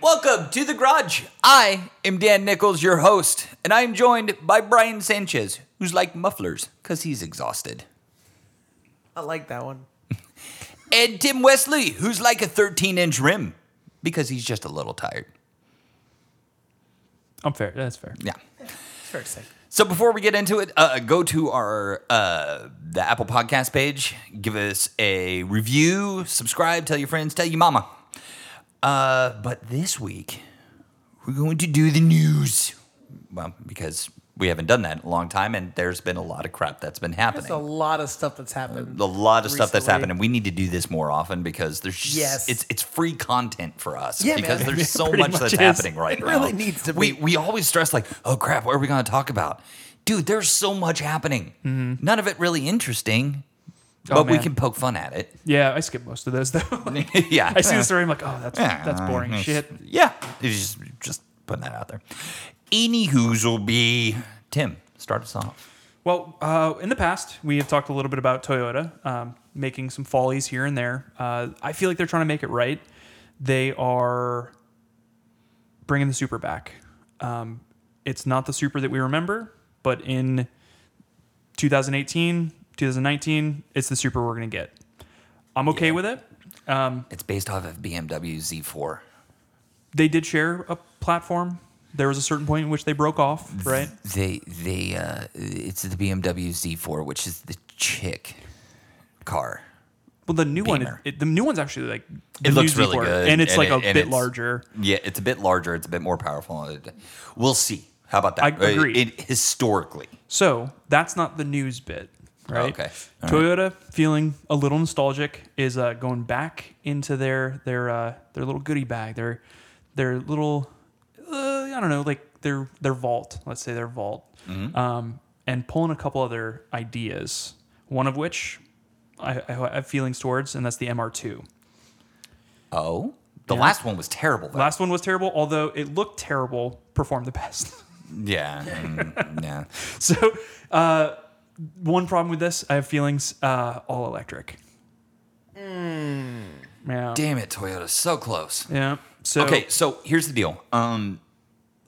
Welcome to The Garage. I am Dan Nichols, your host, and I am joined by Brian Sanchez, who's like mufflers because he's exhausted, I like that one. and Tim Wesley, who's like a 13 inch rim because he's just a little tired. I'm fair. That's fair. Yeah. It's very sick. So before we get into it, uh, go to our uh, the Apple Podcast page, give us a review, subscribe, tell your friends, tell your mama. Uh, but this week, we're going to do the news. Well, because we haven't done that in a long time, and there's been a lot of crap that's been happening. There's a lot of stuff that's happened. a lot of stuff that's recently. happening. We need to do this more often because there's just, Yes. it's it's free content for us Yeah, because man. there's so pretty much, much that's is. happening right It now. really needs to we be. we always stress like, oh crap, what are we going to talk about? Dude, there's so much happening. None of it really interesting, Mm-hmm. Oh, but we man. can poke fun at it. Yeah, I skip most of those though. Like, yeah, I see the story. I'm like, oh, that's Yeah, that's boring it's- shit. Yeah, it's just just putting that out there. Anywho's will be Tim. Start us off. Well, uh, in the past, we have talked a little bit about Toyota um, making some follies here and there. Uh, I feel like they're trying to make it right. They are bringing the Super back. Um, it's not the Super that we remember, but in 2018, 2019, it's the Super we're going to get. I'm okay with it. Um, It's based off of BMW Z4. They did share a platform. There was a certain point in which they broke off, right? They they uh it's the BMW Z4, which is the chick car. Well, the new one, Beamer. it, the new one's actually like the It looks new really Z4, good, and it's and like it- a and bit it's- larger. Yeah, it's a bit larger, it's a bit more powerful. We'll see. How about that? I agree. Uh, It, historically. So that's not the news bit, right? Oh, Okay. All Toyota feeling a little nostalgic is uh, going back into their their uh, their little goodie bag, their their little uh, I don't know, like their their vault. Let's say their vault, Mm-hmm. um, and pulling a couple other ideas. One of which I, I have feelings towards, and that's the MR2. Oh. The last one was terrible though. Last one was terrible, although it looked terrible, performed the best. yeah. mm, yeah. So, uh, one problem with this, I have feelings. Uh, all electric. Yeah. Hmm. Damn it, Toyota. So close. Yeah. So okay, so here's the deal. Um,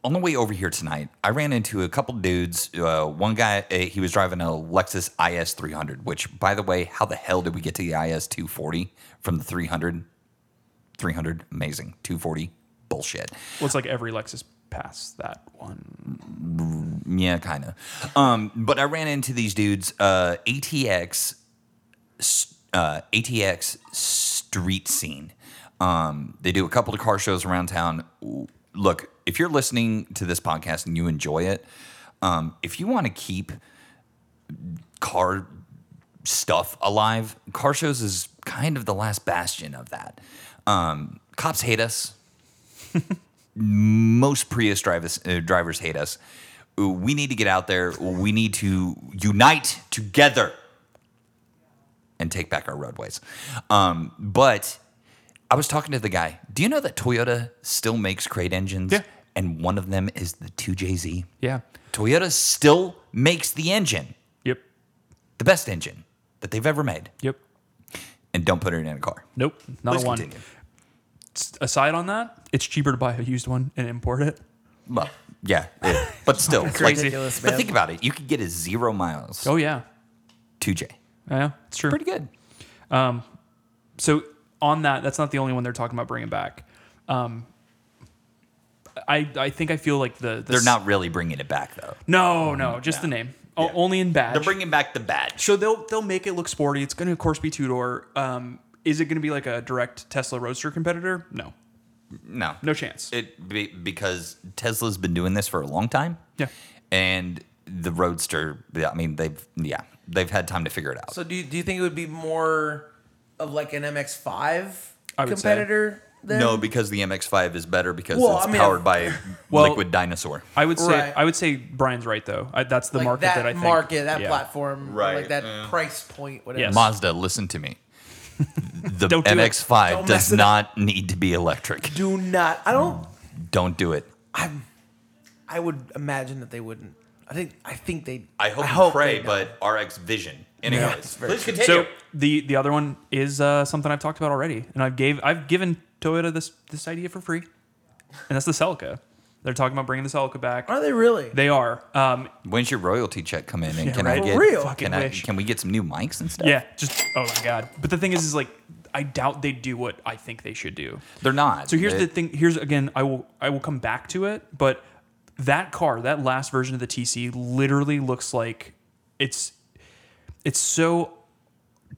on the way over here tonight, I ran into a couple dudes. Uh, one guy, uh, he was driving a Lexus IS 300, which, by the way, how the hell did we get to the IS 240 from the 300? 300, amazing. 240, bullshit. looks like every Lexus passed that one. Yeah, kind of. Um, but I ran into these dudes, uh, ATX, s- uh, ATX street scene. Um, they do a couple of car shows around town. Look, if you're listening to this podcast and you enjoy it, um, if you want to keep car stuff alive, car shows is kind of the last bastion of that. Um, cops hate us most Prius drivers uh, drivers hate us. We need to get out there. We need to unite together and take back our roadways. Um, but I was talking to the guy. Do you know that Toyota still makes crate engines? Yeah. And one of them is the 2JZ. Yeah. Toyota still makes the engine, Yep. the best engine that they've ever made. Yep. And don't put it in a car. Nope. Not Please a one. continue. S- Aside on that, it's cheaper to buy a used one and import it. Well, yeah, it- but still, it's like- ridiculous, But man. think about it. You could get a zero miles Oh yeah. 2J. Yeah. It's true. Pretty good. so on that, that's not the only one they're talking about bringing back. Um, I I think I feel like the, the They're not really bringing it back though. No, no, just the name. O- Yeah. Only in badge. They're bringing back the badge. So they'll they'll make it look sporty. It's going to, of course, be two door. Um, is it going to be like a direct Tesla Roadster competitor? No, No, no chance. It be, because Tesla's been doing this for a long time. Yeah. and the Roadster. I mean, they've yeah, they've had time to figure it out. So do you, do you think it would be more of like an MX5 I would say. competitor? Than? no, because the MX-5 is better because Well, it's I mean, powered by Well- liquid dinosaur. I would say Right. I would say Brian's right though. I, that's the like market that, that, I think. market, that Yeah. platform, Right, like that yeah. price point, whatever. Yes. Mazda, listen to me. The Don't do it. MX-5 Don't does mess it not need to be electric. Do not. I don't. Mm. Don't do it. I would imagine that they wouldn't. I think. I think they. I hope, you they pray, don't. but RX Vision. Yeah, Anyways, it's very please true. continue. So the the other one is uh, something I've talked about already, and I've gave I've given Toyota this this idea for free. and that's the Celica. They're talking about bringing the Celica back. Are they really? They are. Um, When's your royalty check come in? And can right. I For get real? Can, Fucking I, wish. can we get some new mics and stuff? yeah, just oh my god. But the thing is, is like I doubt they do what I think they should do. They're not. So here's They- the thing. Here's again, I will I will come back to it, but that car, that last version of the TC, literally looks like it's it's so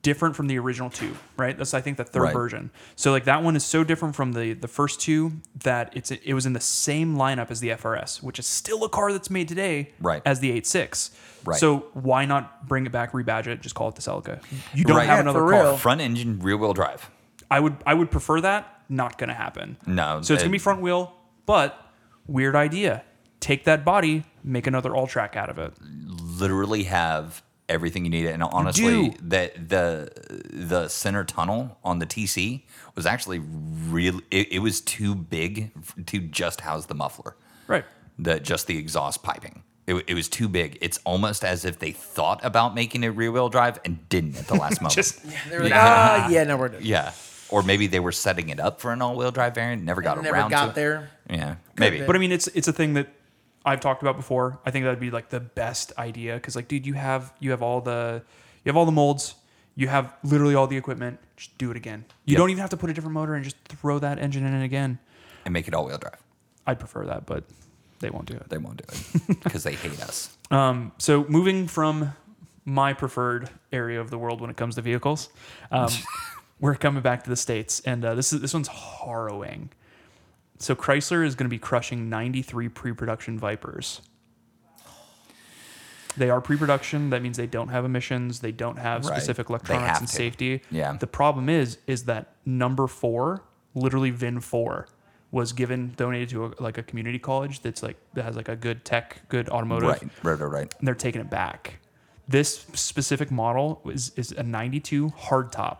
different from the original two, right? That's I think the third Right. version. So like that one is so different from the the first two that it's it was in the same lineup as the FRS, which is still a car that's made today Right. as the 86. Right. So why not bring it back, rebadge it, just call it the Celica? You don't Right. have Yeah, another for car. real. front engine, rear wheel drive. I would I would prefer that. Not gonna happen. No, So it's it- gonna be front wheel, but weird idea. Take that body, make another all track out of it. Literally have everything you need. And honestly, do. that the the center tunnel on the TC was actually really it, it was too big f- to just house the muffler. Right. the just the exhaust piping. It, wa- it was too big. It's almost as if they thought about making it rear wheel drive and didn't at the last moment. Just They were like, ah, yeah, no, we're good. yeah, or maybe they were setting it up for an all wheel drive variant. Never got Never around got to it. there. Yeah, maybe. but I mean it's it's a thing that I've talked about before. I think that'd be like the best idea because like dude, you have you have all the you have all the molds, you have literally all the equipment. Just do it again. You Yep. don't even have to put a different motor and just throw that engine in again. and make it all wheel drive. I'd prefer that, but they won't do it. They won't do it because they hate us. Um, so moving from my preferred area of the world when it comes to vehicles, um, we're coming back to the states, and uh, this is this one's harrowing. So Chrysler is going to be crushing 93 pre-production Vipers. They are pre-production. That means they don't have emissions. They don't have Right. specific They electronics have and to. safety. Yeah. The problem is, is that number four, literally VIN four, was given donated to a, like a community college that's like that has like a good tech, good automotive Right, right, right, right. and they're taking it back. This specific model is, is a 92 hardtop.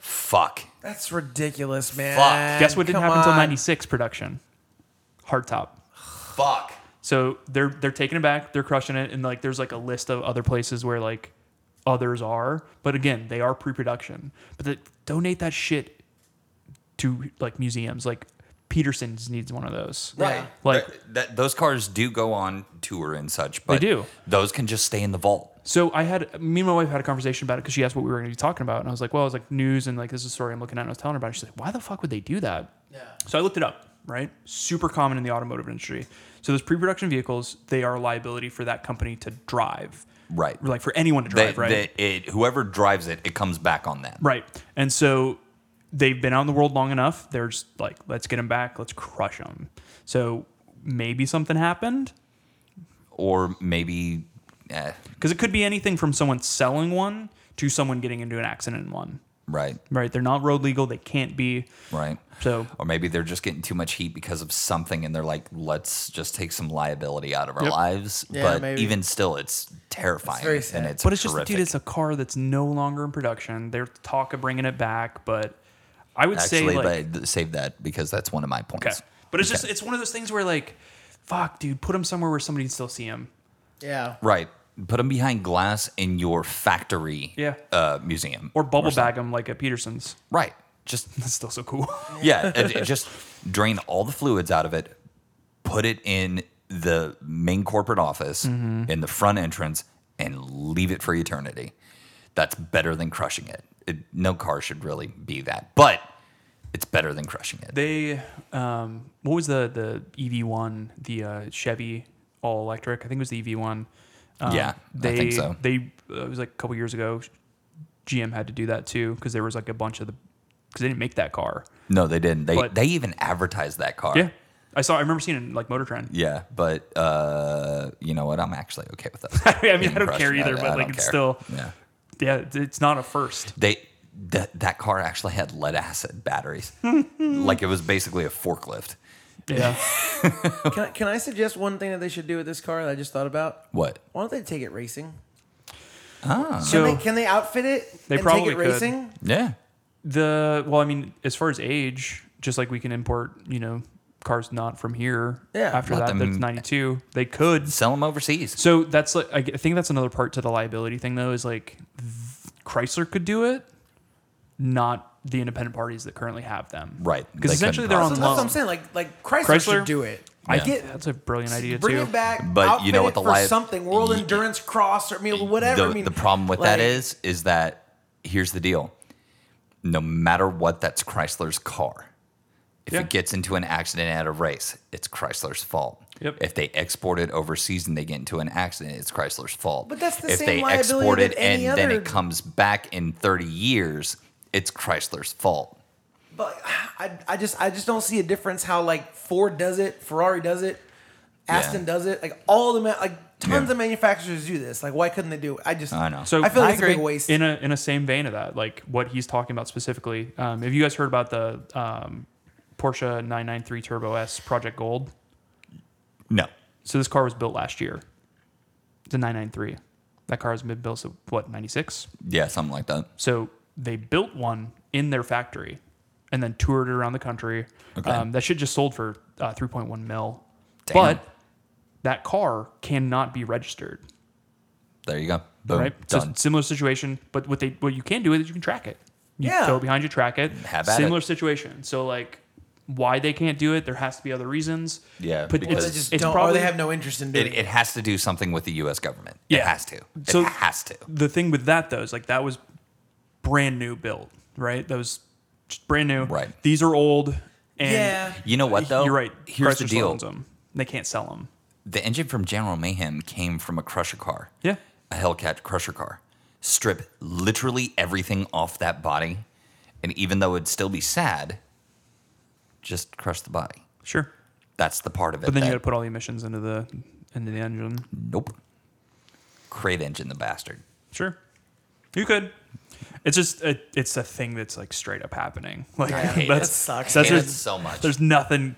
Fuck. That's ridiculous, man. Guess what didn't Come happen until on. 96 production? Hardtop. Fuck. So they're they're taking it back, they're crushing it, and like there's like a list of other places where like others are, but again, they are pre-production. But the, donate that shit to like museums. Like Peterson's needs one of those. Yeah. Right. Like- Th- that, those cars do go on tour and such, but do. Those can just stay in the vault. So I had me and my wife had a conversation about it because she asked what we were going to be talking about, and I was like, "Well, I was like news and like this is a story I'm looking at." And I was telling her about it. She's like, "Why the fuck would they do that?" Yeah. So I looked it up. Right, super common in the automotive industry. So those pre-production vehicles, they are a liability for that company to drive, Right. like for anyone to drive, That, right? that it, whoever drives it, it comes back on them. Right. And so they've been out in the world long enough. They're just like, let's get them back. Let's crush them. So maybe something happened Or maybe, eh, because it could be anything from someone selling one to someone getting into an accident in one. right, Right. They're not road legal. They can't be. right. So Or maybe they're just getting too much heat because of something and they're like, let's just take some liability out of our Yep. lives. Yeah, but maybe. even still, it's terrifying. very And sad. it's but it's just, horrific. dude, it's a car that's no longer in production. They're talk of bringing it back, but I would Actually, say like, but save that because that's one of my okay. points. But it's just, it's one of those things where like, fuck, dude, put them somewhere where somebody can still see them. Yeah. Right. Put them behind glass in your factory Yeah. uh, museum. Or bubble bag them like at Peterson's. Right. Just, That's still so cool. yeah, it- it just drain all the fluids out of it, put it in the main corporate office Mm-hmm. in the front entrance, and leave it for eternity. That's better than crushing it. it no car should really be that, but it's better than crushing it. They, um, what was the the EV one? The uh, Chevy all electric. I think it was the EV one. Um, Yeah, I they, think so. They uh, it was like a couple years ago. GM had to do that too because there was like a bunch of the because they didn't make that car. no, they didn't. They But- they even advertised that car. Yeah, I saw. I remember seeing it in like Motor Trend. Yeah, but uh, you know what? I'm actually okay with that. I mean, Being I don't crushed. care either, but don't like it's care. still yeah. yeah, it's- it's not a first. They that that car actually had lead acid batteries, like it was basically a forklift. Yeah, Can I, can I suggest one thing that they should do with this car that I just thought about? What? Why don't they take it racing? Uh-huh. so can, they, can they outfit it They and probably take it could. racing? Yeah. the well, I mean, as far as age, just like we can import, you know, cars not from here. Yeah. after Let that, that's them- ninety two. They could Sell them overseas. So that's like I g- I think that's another part to the liability thing though is like Chrysler could do it. not the independent parties that currently have them. Right. They Because couldn't essentially they're on that's possibly- what loan. I'm saying. Like like Chrysler, Chrysler? should do it. I Yeah. get that's a brilliant idea Bring too. it back, But you know outfit what it the for life- something World y- Endurance Cross or I mean, whatever. The, I mean, the problem with that like, is, is that here's the deal. No matter what, that's Chrysler's car. If Yeah. it gets into an accident at a race, it's Chrysler's fault. Yep. If they export it overseas and they get into an accident, it's Chrysler's fault. But that's the if same they liability export that it any and then other- it comes back in 30 years, it's Chrysler's fault. But I, I just I just don't see a difference how like Ford does it, Ferrari does it, Aston Yeah. does it, like all the ma- like tons Yeah. of manufacturers do this. Like why couldn't they do it? I just I know. So I feel like I it's a agree. big waste. in a in a same vein of that, like what he's talking about specifically. Um, have you guys heard about the um, Porsche 993 Turbo S Project Gold? No. So this car was built last year. It's a 993. That car has been built since what 96. Yeah, something like that. So they built one in their factory, and then toured it around the country. Okay. Um, that shit just sold for uh, 3.1 mil. Damn. But that car cannot be registered. There you go. Boom. right? So Done. similar situation, but what they what you can do is you can track it. You Yeah. go behind you, track it. Mm, Have at similar situation. So like why they can't do it, there has to be other reasons. Yeah, But because- Or it's, they It's- just it's don't, probably or they have no interest in doing it, it. it has to do something with the U.S. government. It Yeah. has to. It So- has to. the thing with that though is like that was brand new built, right? That was just brand new. Right. These are old and Yeah. You know what though? You're right. Here's the Chrysler deal. owns them. They can't sell them. The engine from General Mayhem came from a crusher car. Yeah. A Hellcat crusher car. Strip literally everything off that body, and even though it'd still be sad, just crush the body. Sure. That's the part of it. But then that, you got to put all the emissions into the into the engine. nope. Crate engine, the bastard. Sure. You could. It's just a, it's a thing that's like straight up happening. Like hate that's it. Sucks. That's Hate just- it so much. There's nothing,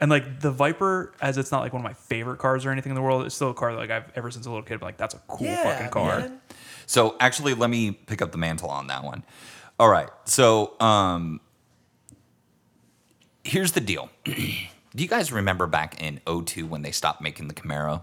and like the Viper, as it's not like one of my favorite cars or anything in the world. It's still a car that, like I've ever since a little kid. been Like that's a cool fucking car. man. So actually, let me pick up the mantle on that one. All right. So um, here's the deal. Do you guys remember back in 02 when they stopped making the Camaro?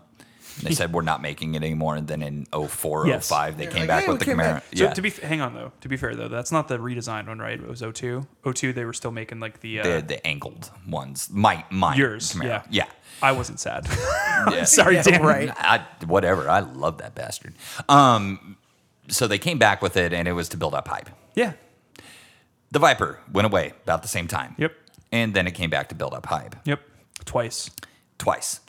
And they said we're not making it anymore. And then in 04, Yes. 05, they They're came like, back "Hey, with we the came Camaro. back." So Yeah. to be f- hang on though, to be fair though, that's not the redesigned one, right? It was 02. 02, they were still making like the, uh, the, the angled ones. My, my yours. Camaro. Yeah, Yeah. I wasn't sad. Yeah. Sorry, Yeah, Dan. right. I, whatever. I love that bastard. Um, so they came back with it and it was to build up hype. Yeah. The Viper went away about the same time. Yep. And then it came back to build up hype. Yep. Twice. twice.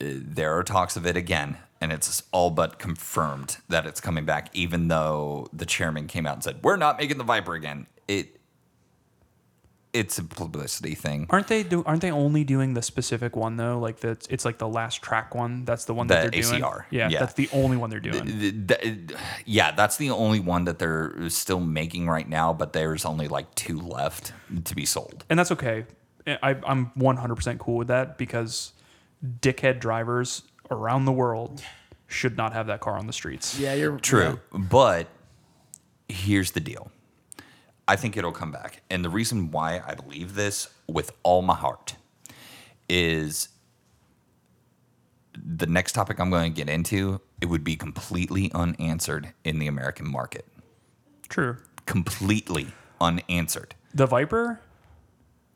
Uh, There are talks of it again, and it's all but confirmed that it's coming back, even though the chairman came out and said, We're not making the Viper again. It it's a publicity thing. Aren't they do? Aren't they only doing the specific one though? Like that's it's like the last track one. That's the one that The they're doing. ACR. Yeah, Yeah. that's the only one they're doing. Th- th- Yeah, that's the only one that they're still making right now, but there's only like two left to be sold. and that's okay. I, I'm 100% cool with that because dickhead drivers around the world should not have that car on the streets. Yeah, you're True. But here's the deal I think it'll come back. And the reason why I believe this with all my heart is the next topic I'm going to get into, it would be completely unanswered in the American market. True. Completely unanswered. The Viper?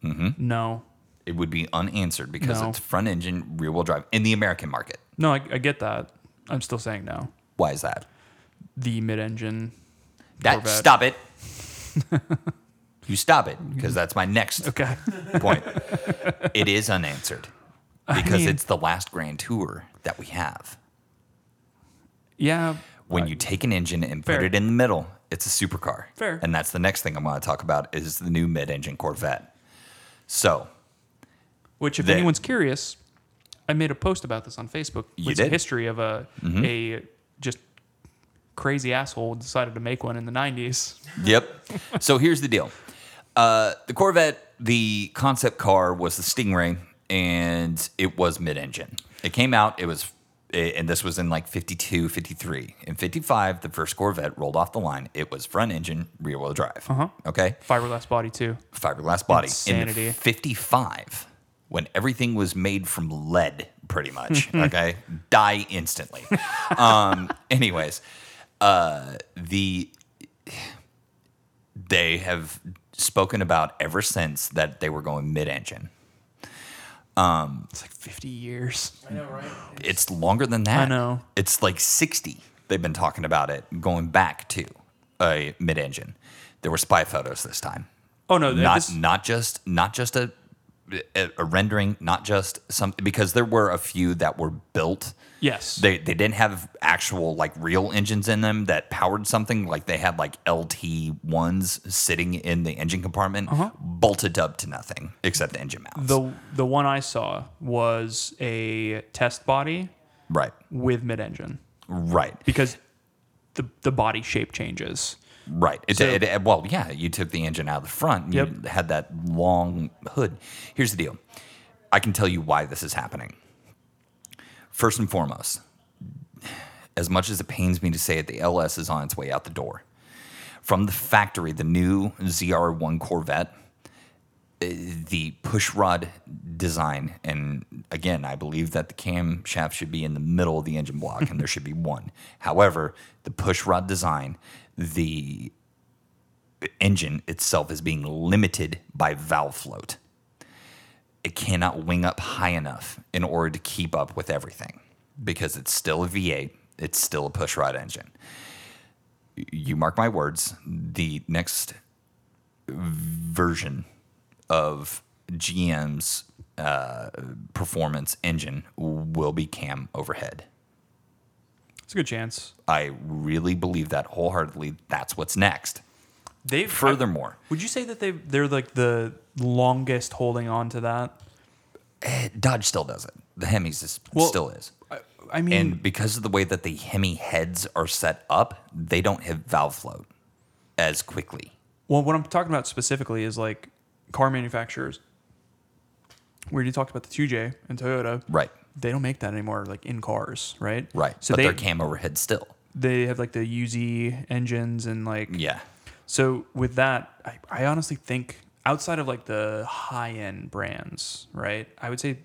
Mm-hmm. No. It would be unanswered because No. it's front engine, rear wheel drive in the American market. No, I, I get that. I'm still saying no. Why is that? The mid engine. That Corvette. stop it. you stop it because that's my next Okay. point. it is unanswered because mean- it's the last grand tour that we have. yeah. When you take an engine and put Uh, Fair. it in the middle, it's a supercar. Fair. And that's the next thing I'm going to talk about is the new mid-engine Corvette. So, Which, if That- anyone's curious, I made a post about this on Facebook. You with did? some Mm-hmm. history of a a just crazy asshole decided to make one in the 90s. yep. So here's the deal. Uh, the Corvette, the concept car was the Stingray, and it was mid-engine. It came out. It was, and this was in like 52, 53. In 55, the first Corvette rolled off the line. It was front engine, rear wheel drive. Uh-huh. Okay. Fiberglass body, too. fiberglass body Insanity. in 55 when everything was made from lead pretty much Mm-hmm. okay die instantly um anyways uh the they have spoken about ever since that they were going mid-engine. It's like 50 years. I know, right? It's longer than that. I know. It's like 60. They've been talking about it going back to a mid-engine. There were spy photos this time. Oh no, not this, not just not just a, a a rendering, not just some because there were a few that were built. yes. They they didn't have actual like real engines in them that powered something. Like they had like LT ones sitting in the engine compartment, bolted up to nothing except the engine mounts. the the one I saw was a test body right, with mid engine right, because the the body shape changes. right. It, So- it, it- well, yeah, you took the engine out of the front. And You Yep. had that long hood. Here's the deal. I can tell you why this is happening. First and foremost, as much as it pains me to say it, the LS is on its way out the door. From the factory, the new ZR1 Corvette, eh, the push rod design, and again, I believe that the camshaft should be in the middle of the engine block and there should be one. However, the push rod design, the engine itself is being limited by valve float. It cannot wing up high enough in order to keep up with everything because it's still a V8, it's still a push rod engine. You mark my words, the next version of GM's uh, performance engine will be cam overhead. It's a good chance. I really believe that wholeheartedly. That's what's next. They Furthermore, would you say that they they're like the longest holding on to that? eh, Dodge still does it. The Hemi's is, Well- still is. I, I mean, And because of the way that the Hemi heads are set up, they don't hit valve float as quickly. well, what I'm talking about specifically is like car manufacturers. We already talked about the 2J and Toyota. Right. They don't make that anymore, like in cars, right? Right. So but they their cam overhead still. they have like the UZ engines and like Yeah. So with that, I, I honestly think outside of like the high end brands, right? I would say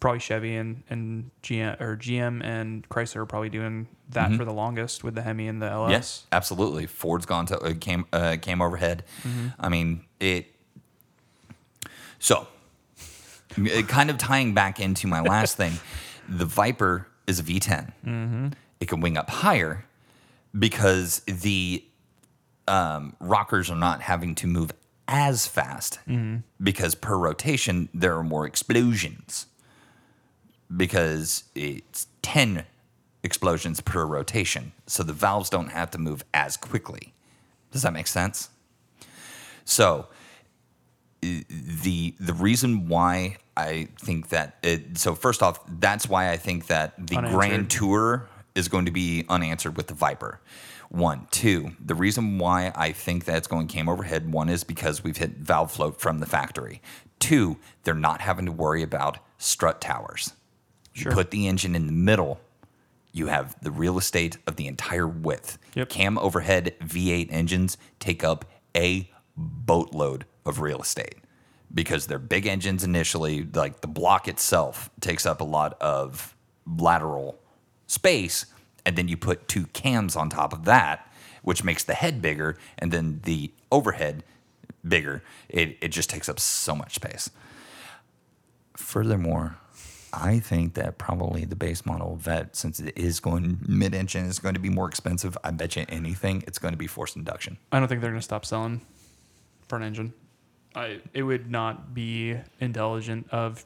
probably Chevy and, and GM or GM and Chrysler are probably doing that for the longest with the Hemi and the LS. Mm-hmm. Yes, absolutely. Ford's gone to uh, cam uh, cam overhead. I mean it. So, it kind of tying back into my last thing, the Viper is a V10. It can wing up higher because the um, rockers are not having to move as fast because per rotation there are more explosions because it's 10 explosions per rotation. So the valves don't have to move as quickly. Does that make sense? So i- the the reason why I think that it so first off, that's why I think that the Unanswered. Grand Tour is going to be unanswered with the Viper. One, two. The reason why I think that it's going cam overhead one is because we've hit valve float from the factory. Two, they're not having to worry about strut towers. You Sure. put the engine in the middle, you have the real estate of the entire width. Yep. Cam overhead V8 engines take up a boatload of real estate because they're big engines initially. Like the block itself takes up a lot of lateral space. And then you put two cams on top of that, which makes the head bigger and then the overhead bigger. It, it just takes up so much space. Furthermore, I think that probably the base model vet, since it is going mid engine, is going to be more expensive. I bet you anything, it's going to be forced induction. I don't think they're gonna stop selling front engine. I it would not be intelligent of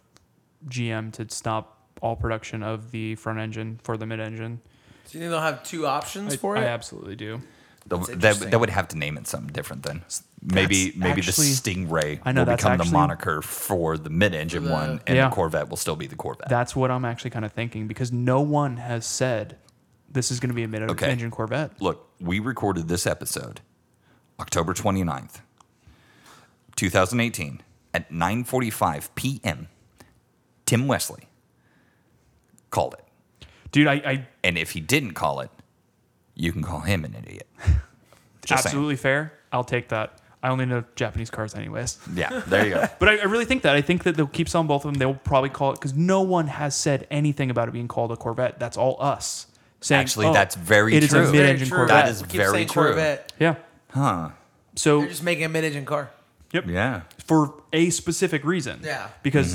GM to stop all production of the front engine for the mid engine. So you think they'll have two options I, for I it? absolutely do. That, that, interesting. that would have to name it something different then. Maybe that's maybe actually- the Stingray I know, will that's become the actually- moniker for the mid engine the- one, and Yeah. the Corvette will still be the Corvette. That's what I'm actually kind of thinking because no one has said this is going to be a mid Okay. engine Corvette. Look, we recorded this episode October 29th, 2018 at 9:45 p.m. Tim Wesley called it. Dude, I, I And if he didn't call it, you can call him an idiot. Just saying. absolutely fair. I'll take that. I only know Japanese cars, anyways. Yeah, there you go. But I, I really think that. I think that they'll keep selling both of them. They'll probably call it because no one has said anything about it being called a Corvette. That's all us saying. Actually, "Oh, that's very It is true. a Very mid engine true. Corvette. That is We keep very saying true. Corvette. yeah. Huh. So They're just making a mid-engine car. yep, Yeah. Mm-hmm. for a specific reason. Yeah. Because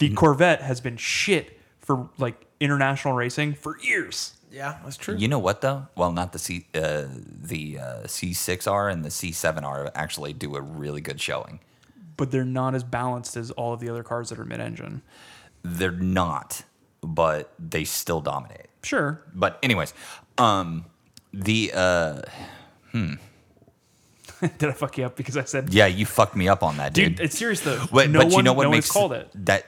the Corvette has been shit for like international racing for years. Yeah, that's true. You know what though? Well, not the C, uh, the uh, C6R and the C7R actually do a really good showing. But they're not as balanced as all of the other cars that are mid-engine. They're not, but they still dominate. Sure, But anyways, um, the uh, did I fuck you up because I said, yeah, you fucked me up on that, dude. dude? It's serious though. Wait, no but one, you know what no makes one's called it. that?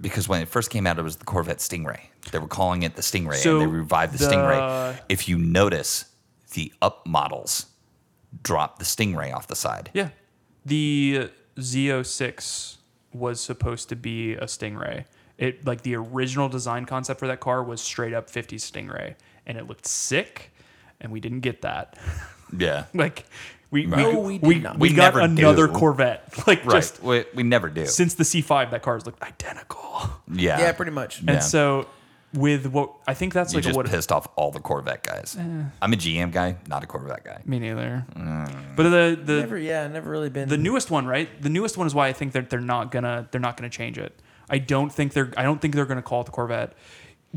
Because when it first came out, it was the Corvette Stingray. They were calling it the Stingray, and So they revived the, the- Stingray. If you notice, the up models dropped the Stingray off the side. Yeah. The Z06 was supposed to be a Stingray. It like the original design concept for that car was straight up 50 Stingray and it looked sick and we didn't get that. Yeah, like we Right. we, No, we we, did we, not. We got never another do. Corvette. Like right. just we, we never do. since the C5 that car's looked identical. yeah, yeah, pretty much. Yeah. And so with what I think that's You like just what Eh. pissed off all the Corvette guys. I'm a GM guy, not a Corvette guy. me neither. Mm. But the the Never, yeah, never really been. the newest one, right? The newest one is why I think that they're not gonna they're not gonna change it. I don't think they're I don't think they're gonna call it the Corvette.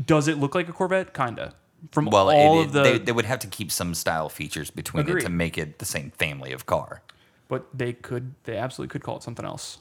Does it look like a Corvette? Kinda. From Well, it- all it- of the, they, they would have to keep some style features between it Agreed. to make it the same family of car. but they could they absolutely could call it something else.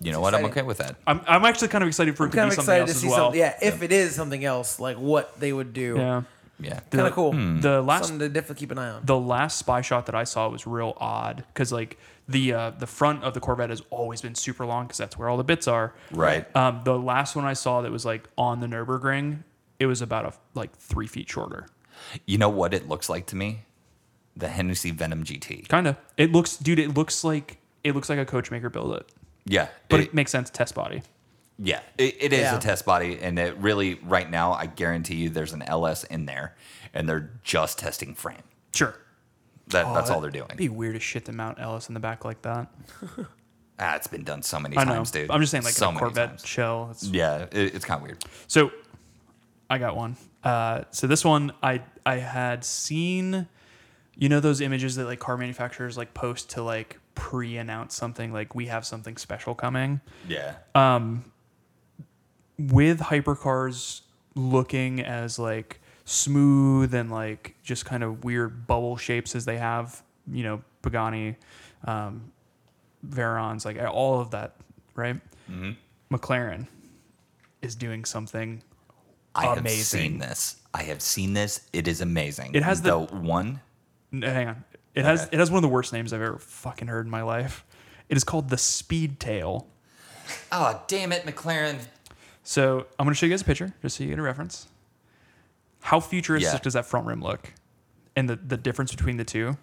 You know what? I'm exciting. okay with that. I'm, I'm actually kind of excited for it to kind be of something excited else to as see well. something. Yeah, if it is something else, like what they would do. yeah. Yeah. The- Kinda cool. Hmm, The last Something to definitely keep an eye on. the last spy shot that I saw was real odd because like the uh, the front of the Corvette has always been super long because that's where all the bits are. Right. Um, the last one I saw that was like on the Nurburgring, it was about a like three feet shorter. You know what it looks like to me? The Hennessy Venom GT. Kind of. It looks, dude. It looks like it looks like a coach maker built it, Yeah. but it- it, makes sense. Test body. yeah. It, it is Yeah. a test body. And it really, right now, I guarantee you there's an LS in there and they're just testing frame. Sure. That, Oh, that's all they're doing. It'd be weird as shit to mount Ellis in the back like that. ah, it's been done so many I know. times, dude. I'm just saying, like so a many Corvette times. Mm. shell. It's- Yeah. It, it's kind of weird. So, I got one. Uh, so this one I I had seen, you know those images that like car manufacturers like post to like pre-announce something like we have something special coming. Yeah. Uh, with hypercars looking as like smooth and like just kind of weird bubble shapes as they have, you know, Pagani, um, Verons, like all of that, right? McLaren is doing something. I have amazing. seen this. I have seen this. It is amazing. It has the- one. n- uh, Hang on, it has Okay. it has one of the worst names I've ever fucking heard in my life. It is called the Speed Tail. Oh, damn it, McLaren. So I'm gonna show you guys a picture just so you get a reference. How futuristic Yeah. does that front rim look? And the, the difference between the two.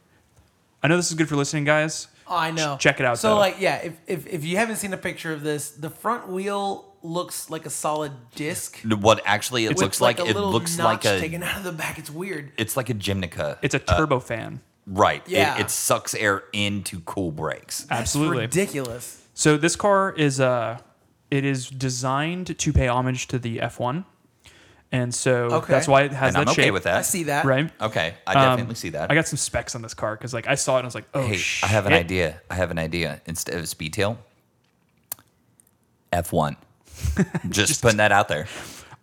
I know this is good for listening, guys. Oh, I know. Check it out, So, though. like, yeah, if, if if you haven't seen a picture of this, the front wheel looks like a solid disc. What actually it with, looks like, a it little looks like notch a taken out of the back. It's weird. it's like a Gymnica. It's a turbo fan. Right. Yeah. It, it sucks air into cool brakes. Absolutely. It's ridiculous. So this car is uh it is designed to pay homage to the F1. And so Okay. that's why it And has that I'm okay shape, with that. I see that. Right? Okay. I Um, definitely see that. I got some specs on this car because like I saw it and I was like, oh hey, shit. I have an idea. I have an idea. Instead of speed tail, F1. Just, putting that out there.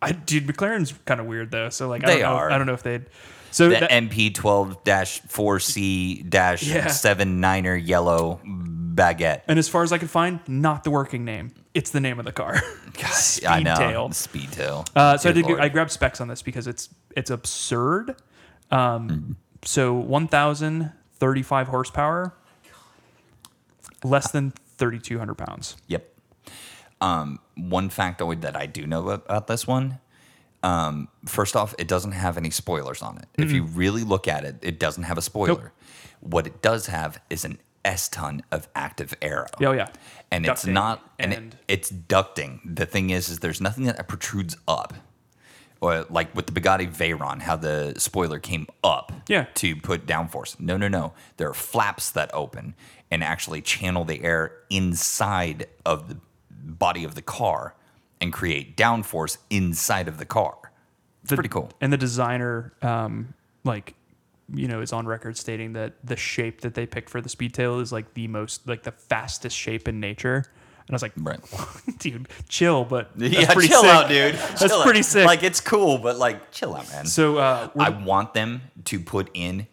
I, dude, McLaren's kind of weird though. So like I They don't know, are. I don't know if they'd so The that, MP12 4C dash Yeah. 7 9er yellow baguette. And as far as I can find, not the working name. It's the name of the car. Speed I know. Tail. Speed tail. Uh, so I Good did. Get, lord. I grabbed specs on this because it's it's absurd. Um, Mm-hmm. So 1,035 horsepower, less than 3,200 pounds. Yep. Um, one factoid that I do know about this one. Um, first off, it doesn't have any spoilers on it. If you Mm-hmm. really look at it, it doesn't have a spoiler. What it does have is an S ton of active aero. Yeah, oh, yeah. And it's Ducting not and, it- and- it's ducting. The thing is is there's nothing that protrudes up. Or like with the Bugatti Veyron, how the spoiler came up Yeah. to put downforce. No, no, no. There are flaps that open and actually channel the air inside of the body of the car and create downforce inside of the car. It's The- pretty cool. And the designer, um, like, you know, is on record stating that the shape that they picked for the Speedtail is like the most, like the fastest shape in nature. And I was like, Right. dude, chill, but that's yeah, pretty chill sick. out, dude. That's pretty sick. Like it's cool, but like chill out, man. So uh, we're- I want them to put in,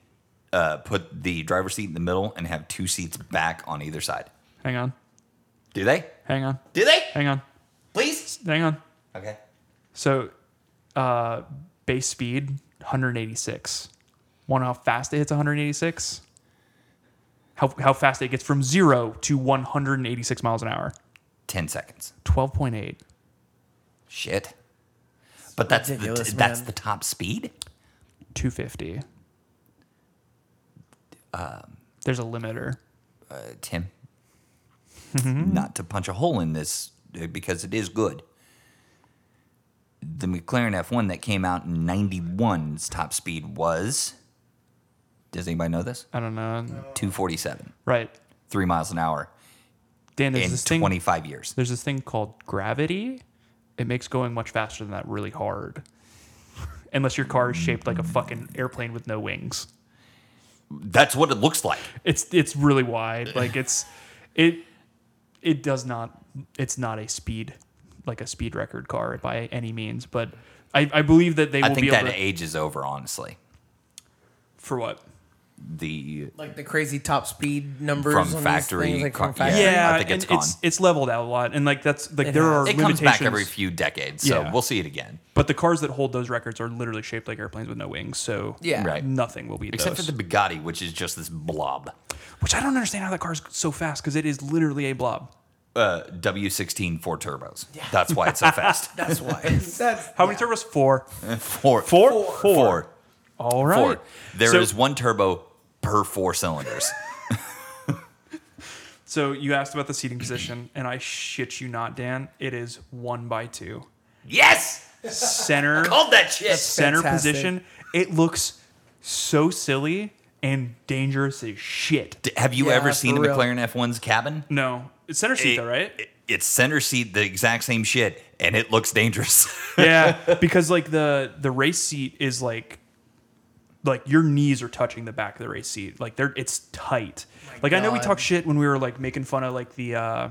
uh, put the driver's seat in the middle and have two seats back on either side. hang on, Do they? hang on, Do they? hang on, Please. hang on. Okay. So uh, base speed 186. Want to know how fast it hits 186? How, how fast it gets from zero to 186 miles an hour? Ten seconds. 12.8. Shit. But that's the, ridiculous, that's man. the top speed. 250. Um, There's a limiter. Uh, Tim, Mm-hmm. not to punch a hole in this uh, because it is good. The McLaren F1 that came out in '91's top speed was. Does anybody know this? I don't know. 247, Right. three miles an hour Dan, there's in this thing. 25 years. There's this thing called gravity. It makes going much faster than that really hard. Unless your car is shaped like a fucking airplane with no wings. That's what it looks like. It's it's really wide. Like it's it it does not it's not a speed like a speed record car by any means, but I, I believe that they will I be think able that to, age is over, honestly. for what? The Like the crazy top speed numbers From on these factory things, like from co- yeah. factory. Yeah, I think and it's gone. it's it's leveled out a lot, and like that's like It there has. are It it comes limitations. back every few decades, so Yeah. we'll see it again. but the cars that hold those records are literally shaped like airplanes with no wings, so Yeah. Right. nothing will be Except those. for the Bugatti, which is just this blob. Which I don't understand how that car's so fast because it is literally a blob. Uh, W16 four turbos. That's why it's so fast. That's why. That's How many yeah. turbos? Four. Four. Four? Four. Four. All right. There is so, one turbo per four cylinders. So you asked about the seating position, and I shit you not, Dan. It is one by two. yes! Center. Called that shit. center fantastic. position. It looks so silly and dangerous as shit. D- Have you Yeah, ever for seen a real. McLaren F1's cabin? No, it's center seat It- though, right? it- it's center seat, the exact same shit, and it looks dangerous. yeah, because like the the race seat is like like your knees are touching the back of the race seat. Like they're it's tight. like I know we God. talked shit when we were like making fun of like the uh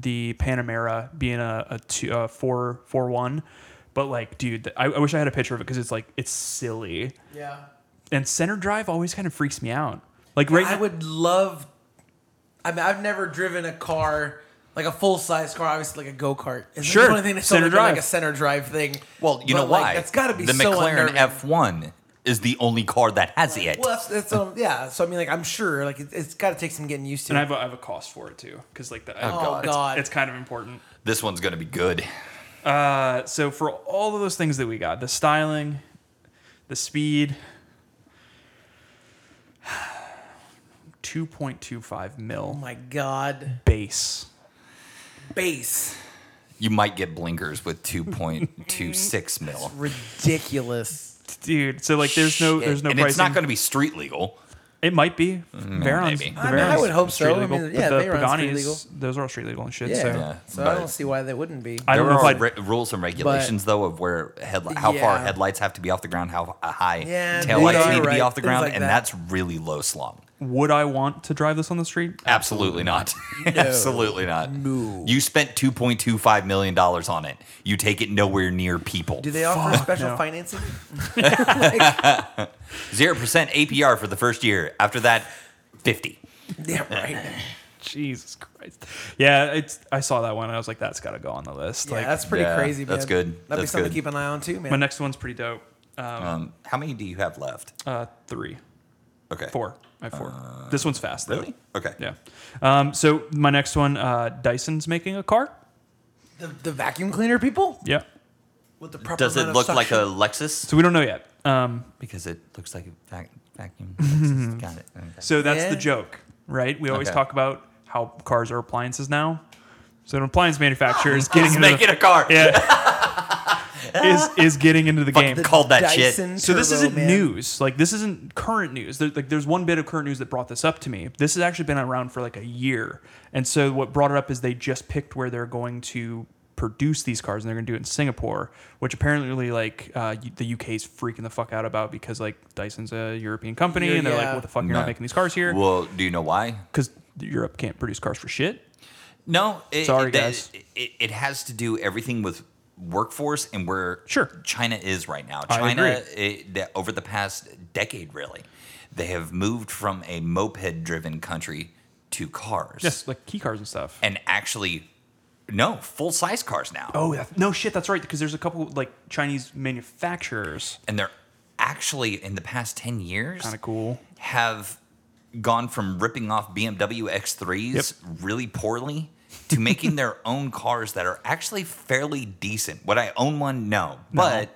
the Panamera being a, a two uh four four one. But like, dude, th- I, I wish I had a picture of it because it's like it's silly. Yeah. And center drive always kind of freaks me out. Like right, I now- would love. I mean, I've never driven a car like a full size car, obviously like a go kart. It's Sure. the only thing that's Center center drive. drive. like a center drive thing. Well, you But, know like, why? That's got to be the so McLaren unnerving. F1 is the only car that has it. Well, that's, that's um, yeah. So I mean, like I'm sure, like it, it's got to take some getting used to. and I have, a, I have a cost for it too because like the oh God. God, It's- it's kind of important. This one's gonna be good. Uh, so for all of those things that we got, the styling, the speed, 2.25 oh mil my God, base. base You might get blinkers with 2.26 mil. ridiculous. Dude, so like there's no there's no and pricing. it's not gonna be street legal. it might be Veron's. maybe. I mean, the Mm, I Veron's would hope street so. I legal, mean, but yeah, the they run street Paganis, legal. those are all street legal and shit. Yeah. So Yeah, so uh, but- I don't see why they wouldn't be. I There don't know if are I'd, re- rules and regulations though of where headlight, how far Yeah. headlights have to be off the ground, how uh, high Yeah, they taillights are need to be right, off the things ground, like and that. that's really low slung. would I want to drive this on the street? Absolutely not. Absolutely not. No. You spent 2.25 million dollars on it. You take it nowhere near people. Do they offer special no. financing? Zero percent APR for the first year. After that, fifty. Yeah, right. Jesus Christ. Yeah, it's I saw that one and I was like, that's gotta go on the list. yeah, like that's pretty Yeah, crazy. Man. that's good. That'd be That's something good. to keep an eye on too, man. my next one's pretty dope. Um, how many do you have left? Uh, three, Okay, four. I have four. this one's fast. Though. Uh, Really? Okay. Yeah. Um, so my next one, uh, Dyson's making a car. The, the vacuum cleaner people Yeah. with the proper Does it amount of look like a suction? Lexus? So we don't know yet. Um, Because it looks like a vac- vacuum. Lexus. Got it. Okay. so that's the Yeah. joke, right? We always Okay. talk about how cars are appliances now. So an appliance manufacturer is getting Just into make it the, a car. yeah, is is getting into the game. Called that Dyson shit. So this Turbo, isn't man. news. Like this isn't current news. There, like there's one bit of current news that brought this up to me. This has actually been around for like a year. And so what brought it up is they just picked where they're going to produce these cars and they're going to do it in Singapore, which apparently like uh, U- the UK is freaking the fuck out about because like Dyson's a European company Yeah, and they're like, yeah. what the fuck, you're not No. making these cars here Well, do you know why? because Europe can't produce cars for shit. No, it, Sorry, it- that- guys. It, it has to do everything with workforce and where Sure. China is right now. I China, it, that over the past decade, really, they have moved from a moped-driven country to cars. Yes, like key cars and stuff. and actually, no, full-size cars now, Oh, that, no shit, that's right. Because there's a couple like Chinese manufacturers. and they're actually in the past ten years Kind of cool. have gone from ripping off BMW X3s Yep. really poorly to making their own cars that are actually fairly decent. Would I own one? No, but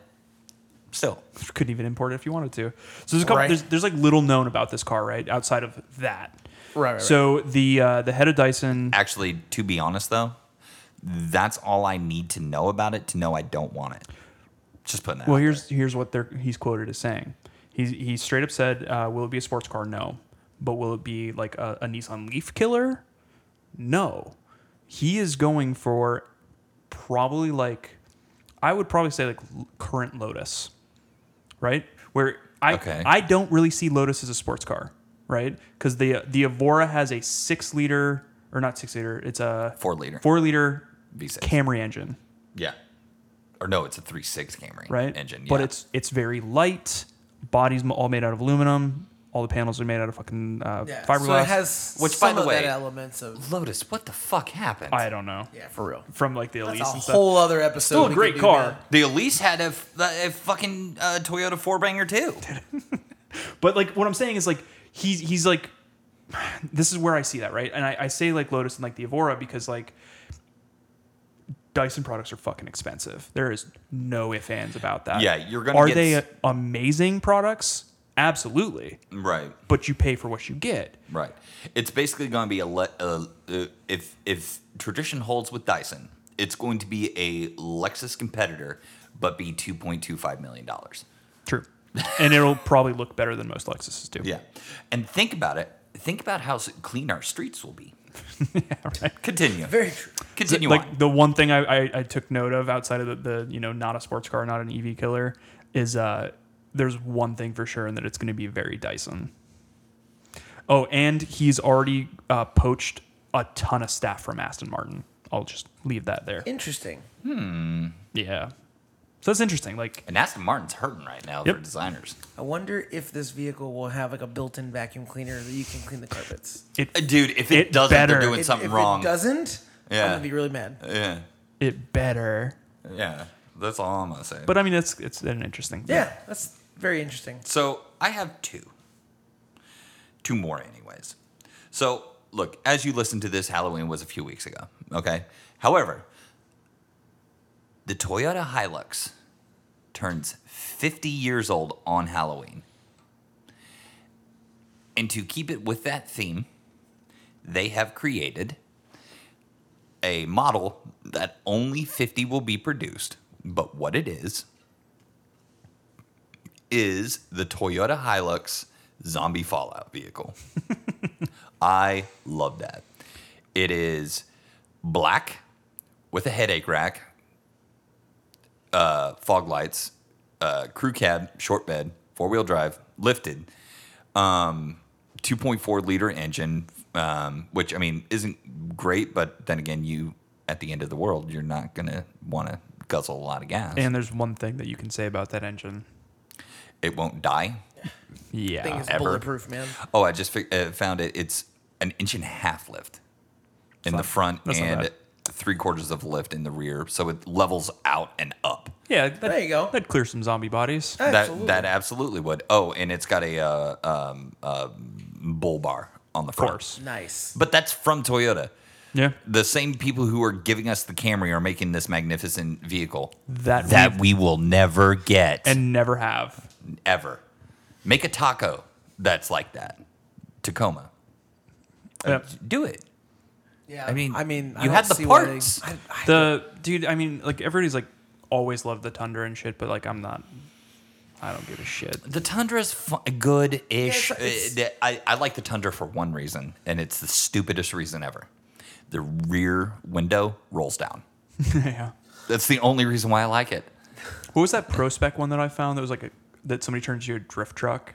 still, Couldn't even import it if you wanted to. So there's a couple. Right. There's, there's like little known about this car, right? Outside of that. Right, right, So the uh, the head of Dyson. actually, to be honest though, that's all I need to know about it to know I don't want it. Just putting that. Well, out here's here's what they're, he's quoted as saying. He he straight up said, uh, "Will it be a sports car? No. But will it be like a, a Nissan Leaf killer? No. He is going for probably like I would probably say like l- current Lotus, right? Where I Okay. I don't really see Lotus as a sports car, right? Because the the Evora has a six liter or not six liter, it's a there. four liter. four liter V6. Camry engine Yeah. Or no, it's a three six Camry right? engine. But yeah. it's it's very light. Body's m- all made out of aluminum. All the panels are made out of fucking uh, Yeah. fiberglass. So it has Which, by some the of way- that elements of Lotus. What the fuck happened? I don't know. yeah, for real. From like the That's Elise a and stuff. whole other episode. Still we a could great do, car. man. The Elise had a, f- a fucking uh, Toyota 4Banger too. But like what I'm saying is like he's he's like this is where I see that right, and I, I say like Lotus and like the Evora because like Dyson products are fucking expensive. There is no ifs ands about that. Yeah, you're gonna Are get they s- amazing products? Absolutely, Right, but you pay for what you get. right. It's basically going to be a le- uh, uh, if if tradition holds with Dyson, it's going to be a Lexus competitor, but be 2.25 million dollars. True, and it'll probably look better than most Lexuses do. Yeah, and think about it. Think about how s- clean our streets will be. Continue. Very true. Continue like on. the one thing I, I, I took note of outside of the, the you know not a sports car, not an EV killer, is uh, there's one thing for sure, and that it's going to be very Dyson. Oh, and he's already uh, poached a ton of staff from Aston Martin. I'll just leave that there. Interesting. Yeah, so that's interesting. Like And Aston Martin's hurting right now Yep. for designers. I wonder if this vehicle will have like a built-in vacuum cleaner that you can clean the carpets. it Uh, Dude, if it, It doesn't, better. they're doing If- something if wrong. It doesn't. Yeah. I'm gonna be really mad. yeah, it better. yeah. That's all I'm gonna say. But I mean, it's it's an interesting. Yeah, that's very interesting. So I have two. Two more, anyways. So, look, as you listen to this, Halloween was a few weeks ago, okay? However, the Toyota Hilux turns 50 years old on Halloween. And to keep it with that theme, they have created a model that only 50 will be produced. But what it is, is the Toyota Hilux zombie fallout vehicle. I love that. It is black with a headache rack, uh, fog lights, uh, crew cab, short bed, four wheel drive, lifted, um, 2.4 liter engine, um, which I mean isn't great, but then again, you at the end of the world, you're not gonna want to guzzle a lot of gas. And there's one thing that you can say about that engine. it won't die. Yeah, Thing is ever. bulletproof, man. Oh, I just fi- uh, found it. It's an inch and a half lift in the front that's not and bad. three quarters of lift in the rear. So it levels out and up. yeah. That, There you go. That clears some zombie bodies. Absolutely. That that absolutely would. Oh, and it's got a uh, um, uh, bull bar on the of front. course. nice. But that's from Toyota. Yeah. The same people who are giving us the Camry are making this magnificent vehicle That we- that we will never get and never have. ever. Make a taco that's like that. Tacoma. Yeah. Do it. Yeah. I mean, I mean, I you don't had the see why they- parts. I, I, The dude, I mean, like everybody's like always loved the Tundra and shit, but like I'm not. I don't give a shit. The Tundra's fu- good-ish. Yeah, it's- Uh, I, I like the Tundra for one reason, and it's the stupidest reason ever. The rear window rolls down. yeah. That's the only reason why I like it. What was that Prospect one that I found that was like a that somebody turned into a drift truck?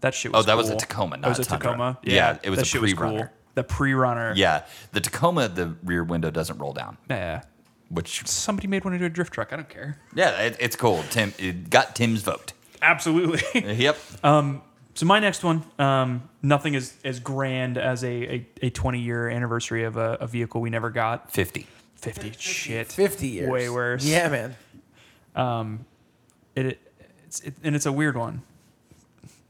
That shit Oh, was that was a cool. Tacoma, That was not a a Tundra. Tacoma. Yeah, it was that a shit pre-runner. The pre-runner. Yeah, the Tacoma, the rear window doesn't roll down, Yeah. which Somebody made one into a drift truck. I don't care. yeah, it, it's cool. Tim it got Tim's vote. Absolutely. Yep. so my next one, um, nothing is as grand as a, a, a 20 year anniversary of a, a vehicle we never got. 50. 50. Shit. 50 years. Way worse. Yeah, man. It, it's, it, and it's a weird one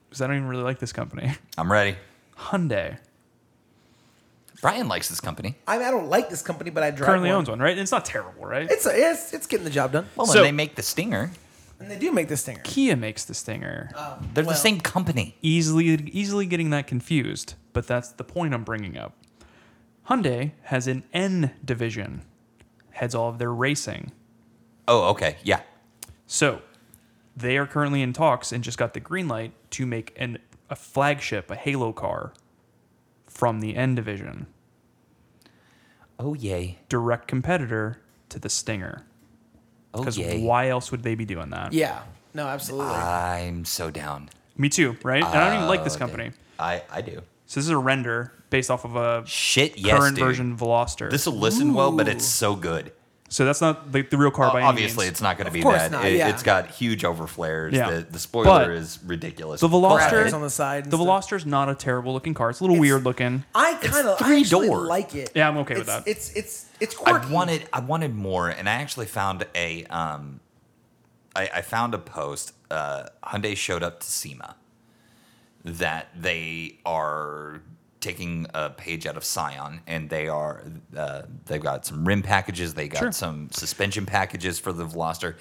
because I don't even really like this company. I'm ready. Hyundai Brian likes this company. I, mean, I don't like this company, but I drive currently one. owns one, right? And it's not terrible, right? It's, a, it's it's getting the job done. Well, So- when they make the Stinger, And they do make this stinger. Kia makes this Stinger. they're Uh, Well- the same company. easily easily getting that confused, but that's the point I'm bringing up. Hyundai has an N division, heads all of their racing. Oh, okay. Yeah. So they are currently in talks and just got the green light to make an a flagship, a Halo car from the N division, Oh, yay. direct competitor to the Stinger. Oh, Because yay. why else would they be doing that? Yeah. No, absolutely. Uh, I'm so down. Me too, right? And I don't even like Ah, this company. I, I do. So this is a render based off of a Shit, yes, current dude. version Veloster. This will listen well, but it's so good. so that's not the, the real car by any Obviously, means. it's not going to be course that. not, it, yeah. has got huge overflares. Yeah. The, the spoiler But is ridiculous. The Brackets on Veloster, the side. and the stuff. Veloster's not a terrible looking car. It's a little It's- weird looking. I kind of I three actually door. like it. Yeah, I'm okay with It's- that. It's it's it's quirky. I wanted I wanted more, and I actually found a um, I, I found a post. Uh, Hyundai showed up to SEMA that they are taking a page out of Scion, and they are uh, they've got some rim packages, they got Sure. some suspension packages for the Veloster,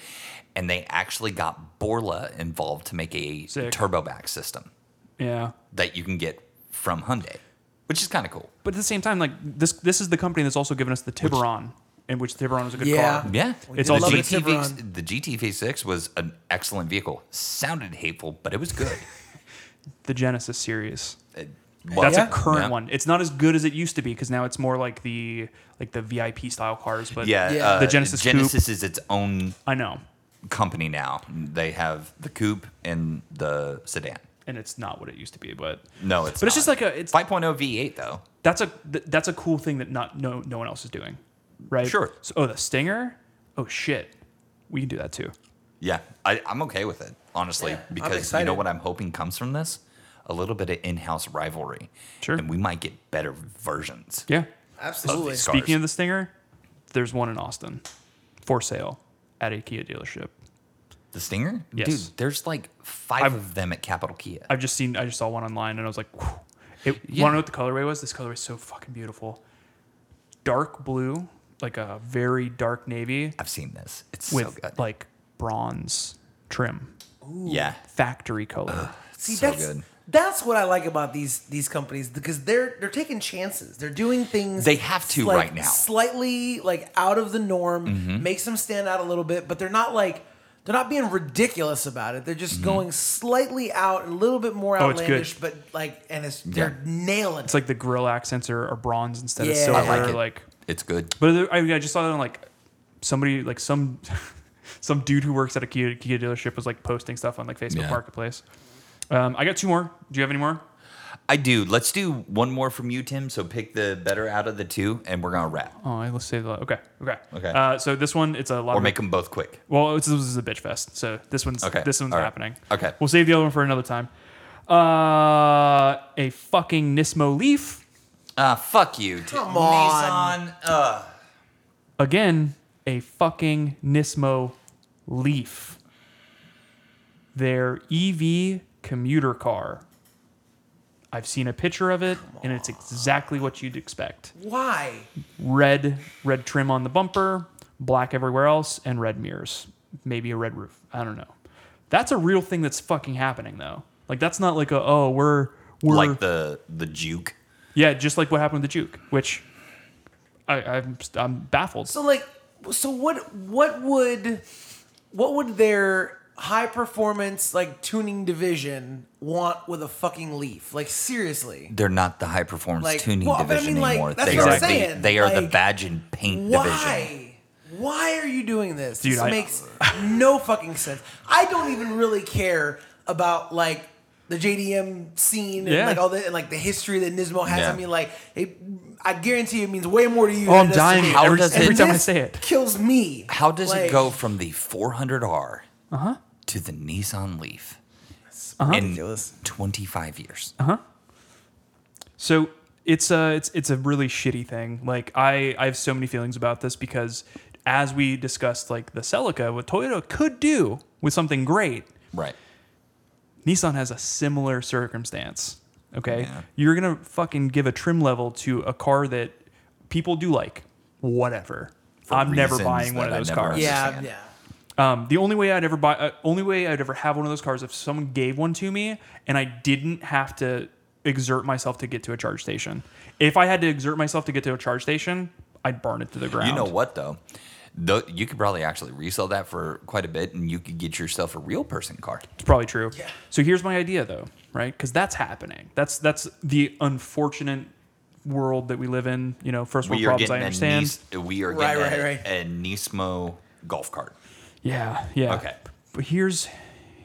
and they actually got Borla involved to make a Sick. turbo back system Yeah. that you can get from Hyundai, which is kind of cool. But at the same time, like this this is the company that's also given us the Tiburon, in which Tiburon is a good Yeah. car. Yeah, We It's the did also- love the GTV. Tiburon. The GTV6 was an excellent vehicle. Sounded hateful, but it was good. The Genesis series. It- That's Yeah. a current Yeah. one. It's not as good as it used to be because now it's more like the like the VIP style cars. But Yeah, Yeah. uh, The Genesis coupe. Genesis is its own I know, company now. They have the coupe and the sedan. and it's not what it used to be. But No, it's but it's not. just like a it's 5.0 V8 though. that's a th- that's a cool thing that not no no one else is doing, right? Sure. So, oh, the Stinger. Oh shit, we can do that too. Yeah, I, I'm okay with it honestly Yeah, I'm because you excited. know what I'm hoping comes from this. A little bit of in-house rivalry, Sure. and we might get better versions. Yeah. Absolutely. These Speaking cars. of the Stinger, there's one in Austin for sale at a Kia dealership. the Stinger, Yes. dude, there's like 5 of them at Capital Kia. I've just seen, I just saw one online and I was like, Whew. It, You Yeah. want to know what the colorway was? This colorway is so fucking beautiful. Dark blue, like a very dark navy I've seen this. It's with so good. like bronze trim, yeah, factory color. See, so that's good. that's what I like about these these companies because they're they're taking chances. They're doing things They have to like, right now. Mm-hmm. Slightly like out of the norm, makes them stand out a little bit, but they're not like they're not being ridiculous about it. They're just Mm-hmm. going slightly out, a little bit more Oh, it's good. outlandish, but like and it's they're nailing. It's like the grill accents are, are bronze instead of Yeah. silver. I like it. like It's good. But there, I, I just saw that on like somebody, like some some dude who works at a Kia, Kia dealership was like posting stuff on like Facebook Yeah. Marketplace. Um, I got two more. Do you have any more? I do. Let's do one more from you, Tim. So pick the better out of the two, and we're gonna wrap Oh, I let's say the okay, okay, Okay. Uh, so this one, it's a lot. or of, make them both quick. well, it's, this is a bitch fest. So this one's Okay, this one's all right. happening. Okay. we'll save the other one for another time. Uh, a fucking Nismo Leaf Ah, fuck you, Tim. Come on. Nissan, uh, again. A fucking Nismo Leaf. Their EV commuter car. I've seen a picture of it, and it's exactly what you'd expect. why? red red trim on the bumper, black everywhere else, and red mirrors. Maybe a red roof. I don't know. That's a real thing that's fucking happening though. Like that's not like a oh we're we're like the the juke. yeah just like what happened with the juke, which I, I'm I'm baffled. So like so what what would what would their high performance like tuning division want with a fucking leaf? Like seriously. They're not the high performance Like, tuning well, but I division mean, like, anymore. that's they what are I'm saying. the they are the Like, badge and paint division. Why? why are you doing this? Dude, this I- makes no fucking sense. I don't even really care about like the JDM scene and Yeah. like all the and like the history that Nismo has. Yeah. I mean, like it, I guarantee it means way more to you. Oh, than I'm it does to dying me. How every, does it- every time I This say it. kills me. How does it Like, go from the 400R to the Nissan Leaf uh-huh. in 25 years? So it's a it's it's a really shitty thing. Like I I have so many feelings about this because as we discussed, like the Celica, what Toyota could do with something great, Right. Nissan has a similar circumstance. Okay, Yeah. you're gonna fucking give a trim level to a car that people do like, whatever. I'm never reasons buying one of that I those never cars. Yeah, understand. yeah. Um, the only way I'd ever buy, uh, only way I'd ever have one of those cars if someone gave one to me and I didn't have to exert myself to get to a charge station. If I had to exert myself to get to a charge station, I'd burn it to the ground. You know what though? Though you could probably actually resell that for quite a bit, and you could get yourself a real person car. It's probably true. So here's my idea though, right? Because that's happening. That's that's the unfortunate world that we live in. You know, first world problems. I a understand. Nis- we are Right, getting a, right, right. a Nismo golf cart. Yeah, yeah. Okay. But here's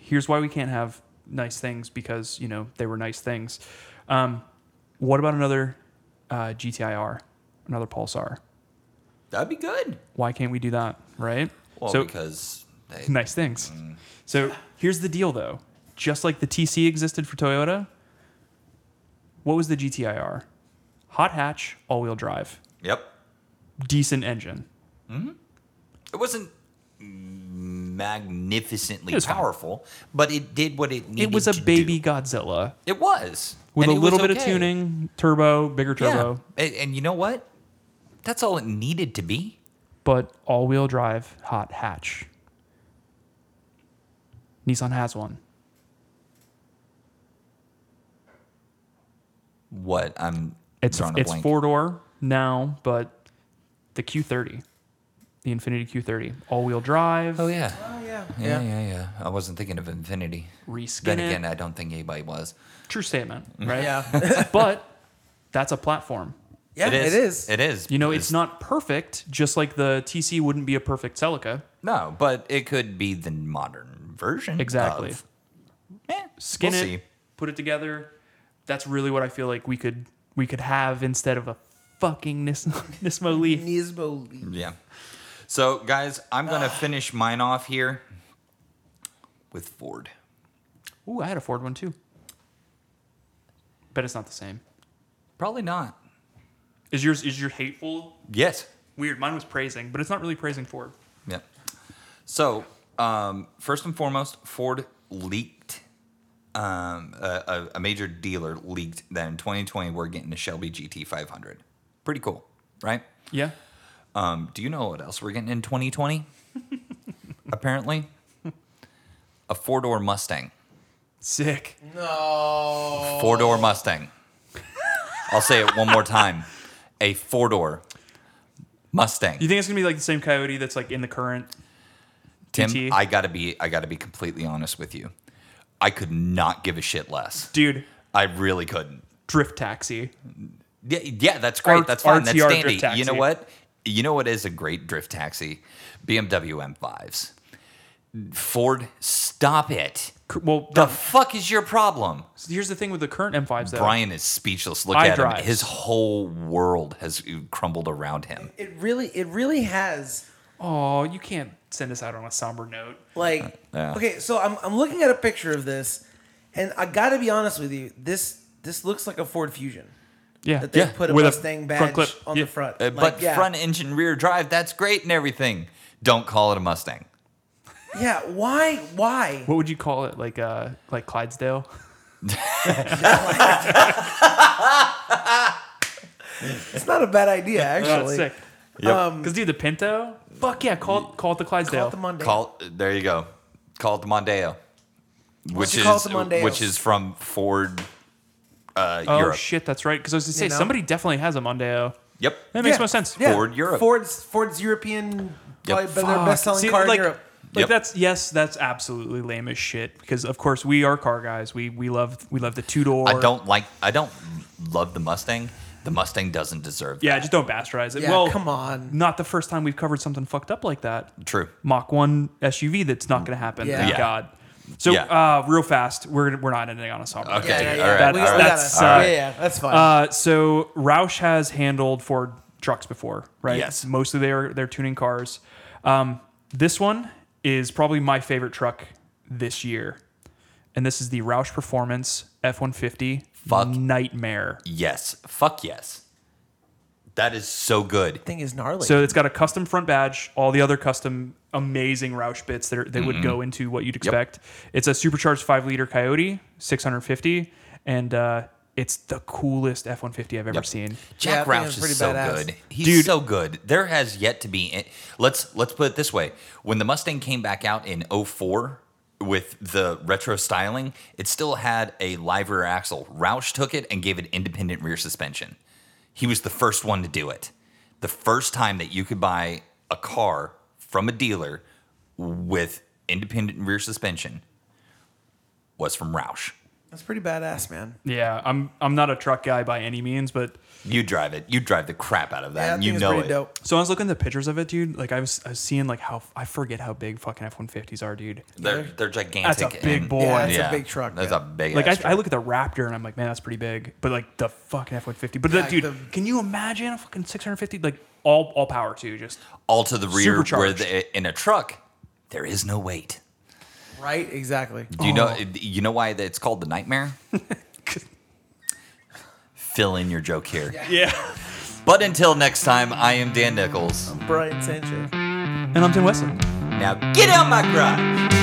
here's why we can't have nice things because you know they were nice things. Um, what about another uh, GTIR, another Pulsar? That'd be good. Why can't we do that, right? Well, so because they, nice things. So here's the deal, though. Just like the TC existed for Toyota, what was the GTIR? Hot hatch, all-wheel drive, yep, decent engine. it wasn't magnificently It was fine. powerful, but it did what it needed. It was a to baby do. Godzilla It was with And a it little was bit of okay. tuning, turbo, bigger turbo. Yeah, and, and you know what? That's all it needed to be. but all wheel drive hot hatch. Nissan has one. What I'm It's drawing a it's blank. four door now, but the Q30, the Infinity Q30, all wheel drive. Oh yeah. Oh yeah, Yeah, yeah, yeah. I wasn't thinking of Infinity. Reskin Then it. again, I don't think anybody was. True statement, Mm-hmm. right? yeah, but that's a platform. yeah. It is. It is. You know, it's not perfect, just like the TC wouldn't be a perfect Celica. No, but it could be the modern version. Exactly. Of, eh, Skin we'll it, see. put it together. That's really what I feel like we could we could have instead of a fucking Nis- Nismo Leaf. Nismo Leaf. Yeah. So, guys, I'm gonna finish mine off here with Ford. Ooh, I had a Ford one too. Bet it's not the same. Probably not. Is yours is your hateful? Yes. Weird. Mine was praising, but it's not really praising Ford. Yeah. So, um, first and foremost, Ford leaked. Um, a, a, a major dealer leaked that in 2020 we're getting a Shelby GT500. Pretty cool, right? Yeah. Um, do you know what else we're getting in 2020? Apparently, a four door Mustang. Sick. No. Four door Mustang. I'll say it one more time. A four door Mustang. You think it's gonna be like the same Coyote that's like in the current? Tim, GT? I gotta be, I gotta be completely honest with you. I could not give a shit less. Dude, I really couldn't. drift taxi. Yeah, yeah, that's great. R- that's fine. RTR that's dandy. drift You know taxi. what? You know what is a great drift taxi? BMW M5s. Ford, stop it. Cur- Well, The that- fuck is your problem? here's the thing with the current M5s though. Brian is speechless. Look I at drive. him. His whole world has crumbled around him. It really, it really has. Oh, you can't send us out on a somber note. Like, Uh, Yeah. okay, so I'm, I'm looking at a picture of this, and I gotta be honest with you, this this looks like a Ford Fusion Yeah. that they Yeah, put a with a Mustang front badge clip. on Yeah. the front. Uh, Like, but yeah, front engine, rear drive, that's great and everything. Don't call it a Mustang. yeah, why, why? What would you call it? Like uh like Clydesdale? It's not a bad idea actually. sick. Yep. Um, Cause dude, the Pinto. Fuck yeah, call it, call it the Call Clydesdale. it the Monday. call there you go. Call it the Mondeo. Which you call is it the Mondeo? which is from Ford uh, oh Europe. shit, that's right. Because I was gonna say know? somebody definitely has a Mondeo. Yep. That makes more sense. Yeah. Ford Europe. Ford's Ford's European, probably Fuck. been their best selling See, car like, in Europe. Like Yep. that's yes, that's absolutely lame as shit. Because of course we are car guys. We we love we love the two door. I don't like I don't love the Mustang. The Mustang doesn't deserve Yeah, just don't bastardize it. Yeah, well, come on. Not the first time we've covered something fucked up like that. that. True. Mach 1 SUV that's not going to happen. Yeah. Thank Yeah. God. So, Yeah. uh, real fast, we're, we're not ending on a sober. Okay. Yeah, yeah, all yeah. right, We- all we right. gotta- That's, uh, yeah, yeah, that's fine. Uh, so Roush has handled Ford trucks before, right? Yes. Mostly they're they're tuning cars. Um, this one is probably my favorite truck this year, and this is the Roush Performance F one fifty Fuck. nightmare. Yes. Fuck yes. That is so good. thing is gnarly. So it's got a custom front badge, all the other custom amazing Roush bits that, are, that would go into what you'd expect. It's a supercharged five liter Coyote 650, and uh, it's the coolest F 150 I've ever seen. Jack Yeah, I think it's Roush pretty is so badass. good. He's Dude. so good. There has yet to be. Let's let's put it this way: when the Mustang came back out in 04 with the retro styling, it still had a live rear axle. Roush took it and gave it independent rear suspension. He was the first one to do it. The first time that you could buy a car from a dealer with independent rear suspension was from Roush. that's pretty badass, man. Yeah, I'm I'm not a truck guy by any means, but You drive it. You drive the crap out of that, Yeah, that and you thing is know pretty it. dope. so I was looking at the pictures of it, dude. Like I was I was seeing like how I forget how big fucking F150s are, dude. They're they're gigantic. That's a big and- boy. Yeah, it's a big truck, That's yeah. a big. Like ass I, I truck. look at the Raptor and I'm like, man, that's pretty big. But like the fucking F150. But that Yeah, dude, the- can you imagine a fucking 650 like all all power too? Just all to the rear, where supercharged. the, in a truck there is no weight. Right? Exactly. Do you Oh. know? You know why it's called the nightmare? Fill in your joke here. yeah. But until next time, I am Dan Nichols. Brian Sanchez. And I'm Tim Wesley. Now get out my garage.